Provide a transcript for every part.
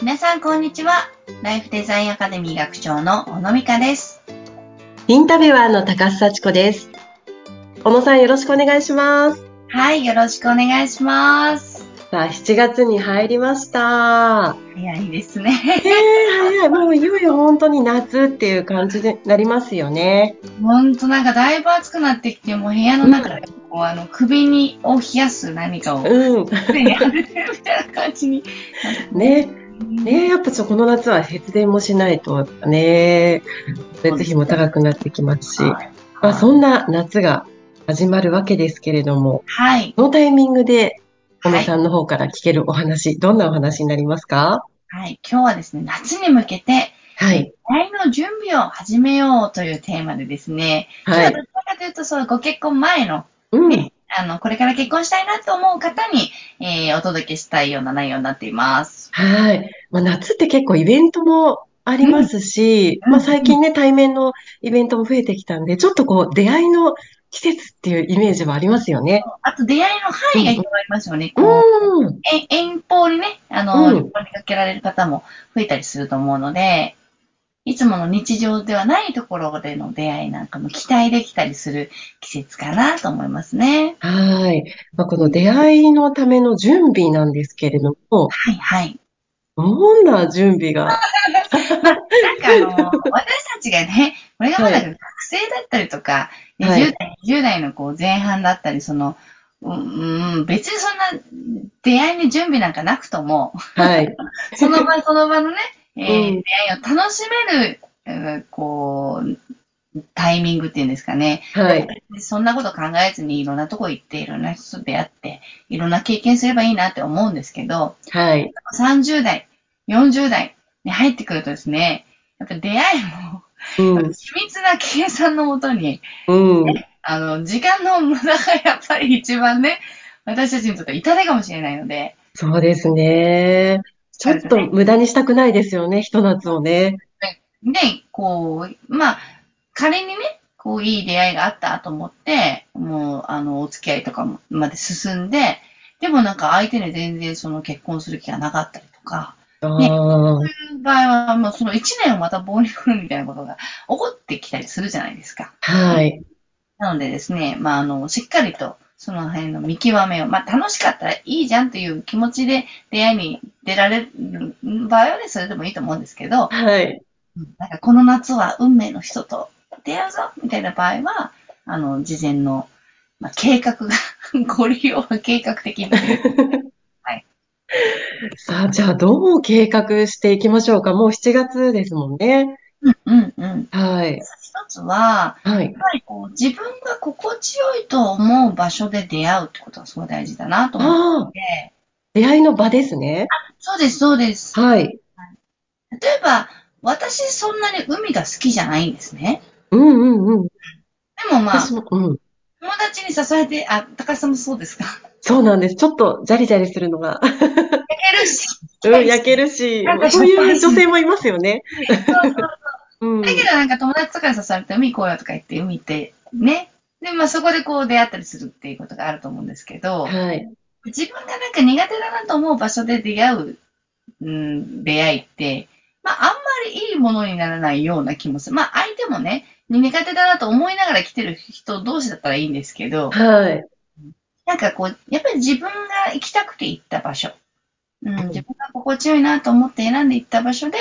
皆さん、こんにちは。ライフデザインアカデミー学長の小野美香です。インタビュアーの高須幸子です。小野さんよろしくお願いします。はい、よろしくお願いします。さあ、7月に入りました。早いですね。えー、早い。もういよいよ本当に夏っていう感じになりますよね。ほんとなんかだいぶ暑くなってきて、もう部屋の中でこう、あの、首に、を冷やす何かを、 うん。手に当ててるみたいな感じに。ね。ね、やっぱちょ、この夏は節電もしないとね、そうですね別費も高くなってきますし。はいまあ、そんな夏が始まるわけですけれども、はい。このタイミングで小野はい。さんの方から聞けるお話、どんなお話になりますかはい。今日はですね、夏に向けて、はい。愛の準備を始めようというテーマでですね、はちょい。っとどちらかというと、そう、ご結婚前の、うん。あの、これから結婚したいなと思う方に、えーお届けしたいような内容になっています。はい。まあ、夏って結構イベントもありますし、うんまあ、最近ね、対面のイベントも増えてきたんで、ちょっとこう、出会いの季節っていうイメージはありますよね。あと、出会いの範囲が広がりますよね。こううん。え遠方にね、あの、うん旅行にかけられる方も増えたりすると思うので、いつもの日常ではないところでの出会いなんかも期待できたりする季節かなと思いますね。はい。まあ、この出会いのための準備なんですけれどはも、いはい。どんな準備が、なんかあの、私たちがね、 これがまだ学生だったりとか、ねはい10代、20代のこう前半だったり、その、うん、うん別にそんな出会いに準備なんかなくと も、はい。その場その場のね、 えーう出ん会いを楽しめる、うんこう、タイミングっていうんですかね。はい。でそんなこと考えずにいろんなとこ行って、いろんな人と出会って、いろんな経験すればいいなって思うんですけど、はい。 30代、40代に入ってくるとですね、やっぱ出会いも、うん。秘密な計算のもとに、うん。あの、時間の無駄がやっぱり一番ね、私たちにとっては痛手かもしれないので、そうですね。ちょっと無駄にしたくないですよね、ひと夏をね。で、こう、まあ、仮にね、こう、いい出会いがあったと思って、もう、あの、お付き合いとかもまで進んで、でもなんか相手に全然その結婚する気がなかったりとか、ああ。そういう場合はもうその1年をまた棒に振るみたいなことが起こってきたりするじゃないですか。はい。なのでですね、まあ、あの、しっかりと、その辺の見極めを、まあ、楽しかったらいいじゃんという気持ちで出会いに出られる場合はね、それでもいいと思うんですけど、はい。なんかこの夏は運命の人と出会うぞみたいな場合は、あの、事前の、まあ、計画が、 ご利用は計画的に。さあ、じゃあ、どう計画していきましょうか。もう7月ですもんね。うんうんうん。はい。一つは、はい。やっぱりこう、自分が心地よいと思う場所で出会うってことがすごい大事だなと思っああ、て、出会いの場ですね。そうです、そうです。はい。例えば、私そんなに海が好きじゃないんですね。うんうんうん。でもまあ、私も、うん。友達に支えて、あ、高橋さんもそうですかそうなんです。ちょっと、ジャリジャリするのが、焼ける し。うん、焼けるしなんか、そういう女性もいますよね。うん。だけどなんか友達とかに支えて海行こうよとか言って海行って、ね。で、まあそこでこう出会ったりするっていうことがあると思うんですけど、はい。自分がなんか苦手だなと思う場所で出会う、うん、出会いって、まああんまりいいものにならないような気もする。まあ相手もね、苦手だなと思いながら来てる人同士だったらいいんですけど、はい。なんかこう、やっぱり自分が行きたくて行った場所。うん、自分が心地よいなと思って選んで行った場所で、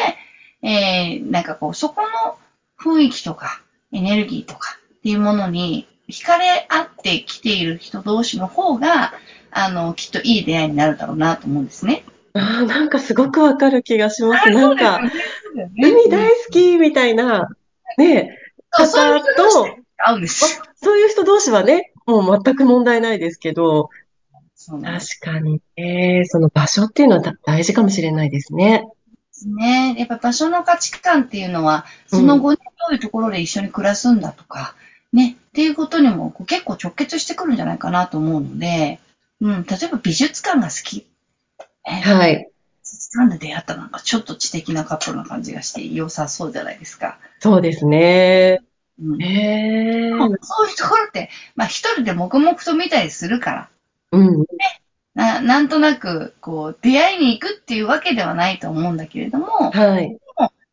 えー、なんかこう、そこの雰囲気とか、エネルギーとかっていうものに惹かれ合ってきている人同士の方が、あの、きっといい出会いになるだろうなと思うんですね。ああ、なんかすごくわかる気がします。なそうんですよか、ね。海大好きみたいな、ね、そうそういう方人同士と、合うんですよ。そういう人同士はね、もう全く問題ないですけど、そうなんです確かにね、その場所っていうのはだ大事かもしれないですね。ね。やっぱ場所の価値観っていうのは、その後にどういうところで一緒に暮らすんだとか、ね、っていうことにもこう結構直結してくるんじゃないかなと思うので、うん、例えば美術館が好き。え美はい。術館で出会ったなんかちょっと知的なカップルな感じがして良さそうじゃないですか。そうですね。うん、でえもそういうところって、まあ一人で黙々と見たりするから、うん。ななんとなく、こう、出会いに行くっていうわけではないと思うんだけれども、はい。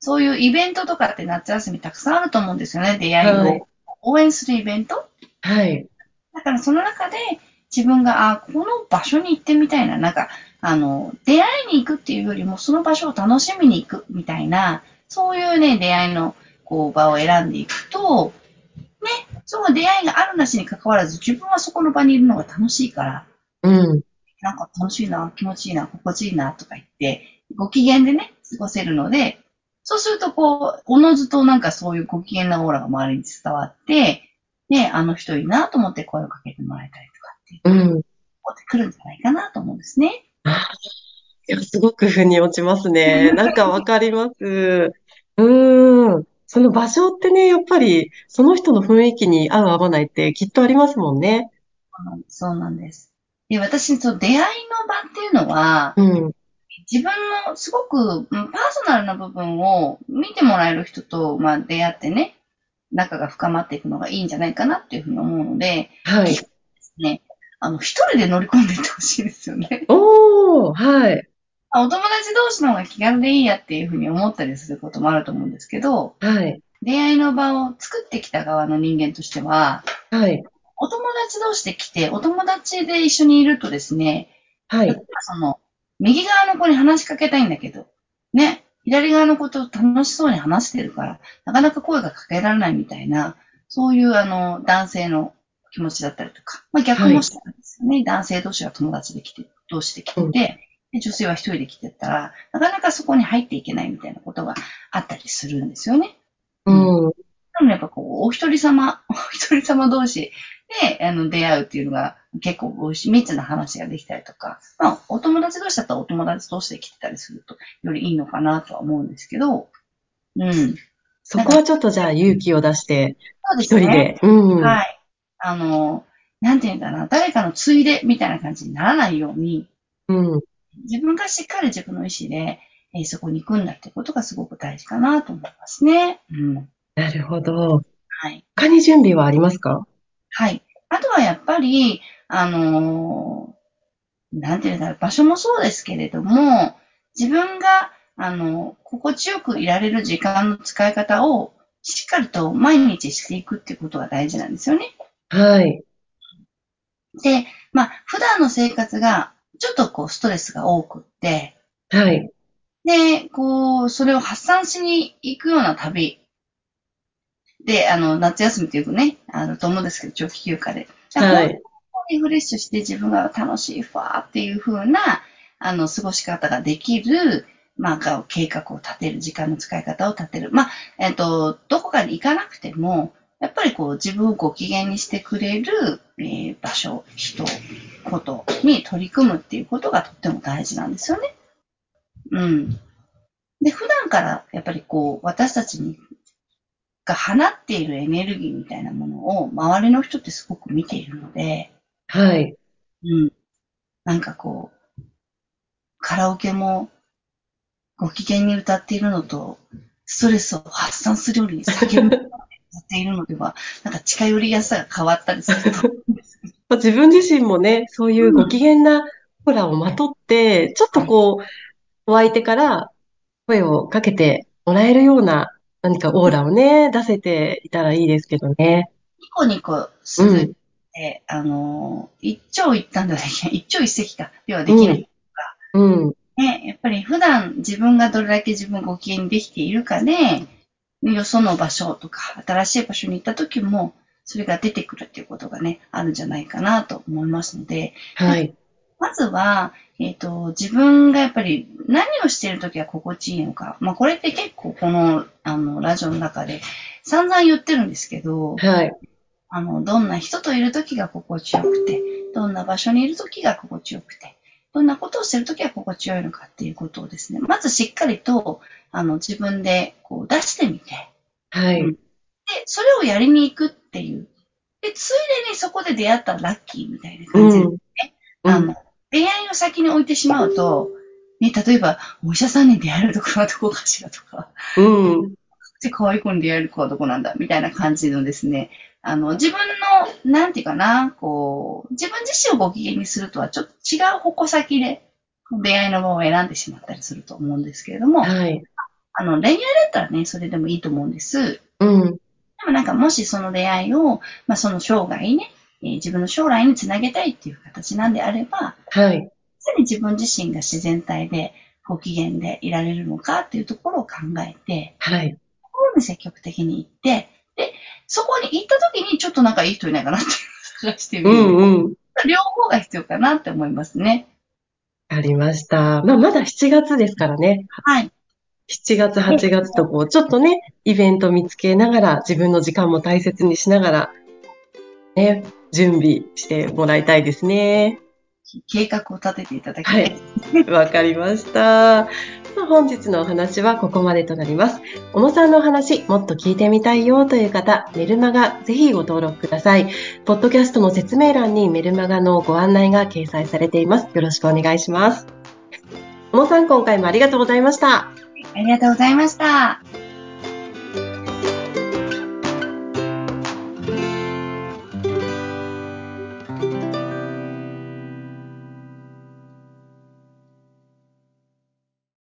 そういうイベントとかって夏休みたくさんあると思うんですよね、出会いを。はい応援するイベントはい。だからその中で自分が、あ、この場所に行ってみたいな、なんか、あの、出会いに行くっていうよりも、その場所を楽しみに行くみたいな、そういうね、出会いの、こう、場を選んでいくと、ね、その出会いがあるなしに関わらず、自分はそこの場にいるのが楽しいから、うん。なんか楽しいな、気持ちいいな、心地いいなとか言って、ご機嫌でね、過ごせるので、そうするとこう、おのずとなんかそういうご機嫌なオーラが周りに伝わって、ね、あの人いいなと思って声をかけてもらえたりとかって、うん。こうってくるんじゃないかなと思うんですね。いや、すごく腑に落ちます ね。なんかわかります。うん。その場所ってね、やっぱり、その人の雰囲気に合う合わないってきっとありますもんね。そうなんですそうなんです。で、私、その出会いの場っていうのは、うん。自分のすごくうんパーソナルな部分を見てもらえる人と、まあ、出会ってね、仲が深まっていくのがいいんじゃないかなっていうふうに思うので、はい。ね、あの、一人で乗り込んでいってほしいですよね。 おー、はい。あお友達同士の方が気軽でいいやっていうふうに思ったりすることもあると思うんですけど、はい。出会いの場を作ってきた側の人間としては、はい。お友達同士で来て、お友達で一緒にいるとですね、は例えいば。その、右側の子に話しかけたいんだけど、ね、左側の子と楽しそうに話してるから、なかなか声がかけられないみたいな、そういうあの、男性の気持ちだったりとか、まあ逆もしたんですよね。男性同士が友達で来て、同士で来てて、うんで女性は一人で来てたら、なかなかそこに入っていけないみたいなことがあったりするんですよね。うん。なのでやっぱこう、お一人様、 お一人様同士で、あの、出会うっていうのが結構美味しい密な話ができたりとか、まあ、お友達同士だったらお友達同士で来てたりすると、よりいいのかなとは思うんですけど、うん。そうそこはちょっとじゃあ勇気を出しでて、一す人ね。で。うん。はい。あの、なんていうんだな、誰かのついでみたいな感じにならないように、うん。自分がしっかり自分の意思で、えーそこに行くんだってことがすごく大事かなと思いますね。うん。なるほど。はい。他に準備はありますかはい。あとはやっぱり、あのーなんていうんだろう、場所もそうですけれども、自分が、あの、心地よくいられる時間の使い方をしっかりと毎日していくっていうことが大事なんですよね。はい。で、まあ、普段の生活がちょっとこうストレスが多くって、はい。で、こう、それを発散しに行くような旅で、あの、夏休みというかね、あの、と思うんですけど、長期休暇で。はい。リフレッシュして自分が楽しい、ふわーっていう風な、あの、過ごし方ができる、まあ、が計画を立てる、時間の使い方を立てる。まあ、えっ、と、どこかに行かなくても、やっぱりこう、自分をご機嫌にしてくれる、えー場所、人、ことに取り組むっていうことがとっても大事なんですよね。うん。で、普段から、やっぱりこう、私たちに、が放っているエネルギーみたいなものを周りの人ってすごく見ているので、はい。うん。なんかこう、カラオケもご機嫌に歌っているのと、ストレスを発散するように叫んで歌っているのでは、なんか近寄りやすさが変わったりすると。まあ自分自身もね、そういうご機嫌なオーラをまとって、ちょっとこう、お相手から声をかけてもらえるような何かオーラをね、出せていたらいいですけどね。ニコニコするって、あのー、一長一短ではできない。一長一石か。ではできない。うん。ね、やっぱり普段自分がどれだけ自分をご機嫌にできているかで、よその場所とか、新しい場所に行った時も、それが出てくるっていうことがね、あるんじゃないかなと思いますので、はい。まずは、えっ、と、自分がやっぱり何をしている時は心地いいのか。まあ、これって結構この、あの、ラジオの中で散々言ってるんですけど、はい。あの、どんな人といるときが心地よくて、どんな場所にいるときが心地よくて、どんなことをしてるときは心地よいのかっていうことをですね、まずしっかりと、あの、自分でこう出してみて、はい。で、それをやりに行くっていう。で、ついでにそこで出会ったらラッキーみたいなう感じで、ん。あの、恋愛を先に置いてしまうと、ね、例えば、お医者さんに出会えるところはどこかしらとか、うん。うん。で、可愛い子に出会える子はどこなんだみたいな感じのですね、あの、自分の、なんていうかな、こう、自分自身をご機嫌にするとはちょっと違う矛先で、恋愛の場を選んでしまったりすると思うんですけれども、はい。あの、恋愛だったらね、それでもいいと思うんです。うん。でもなんかもしその出会いを、まあその生涯ね、えー自分の将来につなげたいっていう形なんであれば、はい。常に自分自身が自然体でご機嫌でいられるのかっていうところを考えて、はい。そこに積極的に行って、で、そこに行った時にちょっとなんかいい人いないかなっていうのを探してみうる。んうん。両方が必要かなって思いますね。ありました。まあ、まだ7月ですからね。はい。 7月、8月とこう、ちょっとね、イベント見つけながら、自分の時間も大切にしながら、ね、準備してもらいたいですね。計画を立てていただきた。はいい。わかりました。まあ本日のお話はここまでとなります。小野さんのお話、もっと聞いてみたいよという方、メルマガ、ぜひご登録ください。ポッドキャストの説明欄にメルマガのご案内が掲載されています。よろしくお願いします。小野さん、今回もありがとうございました。ありがとうございました。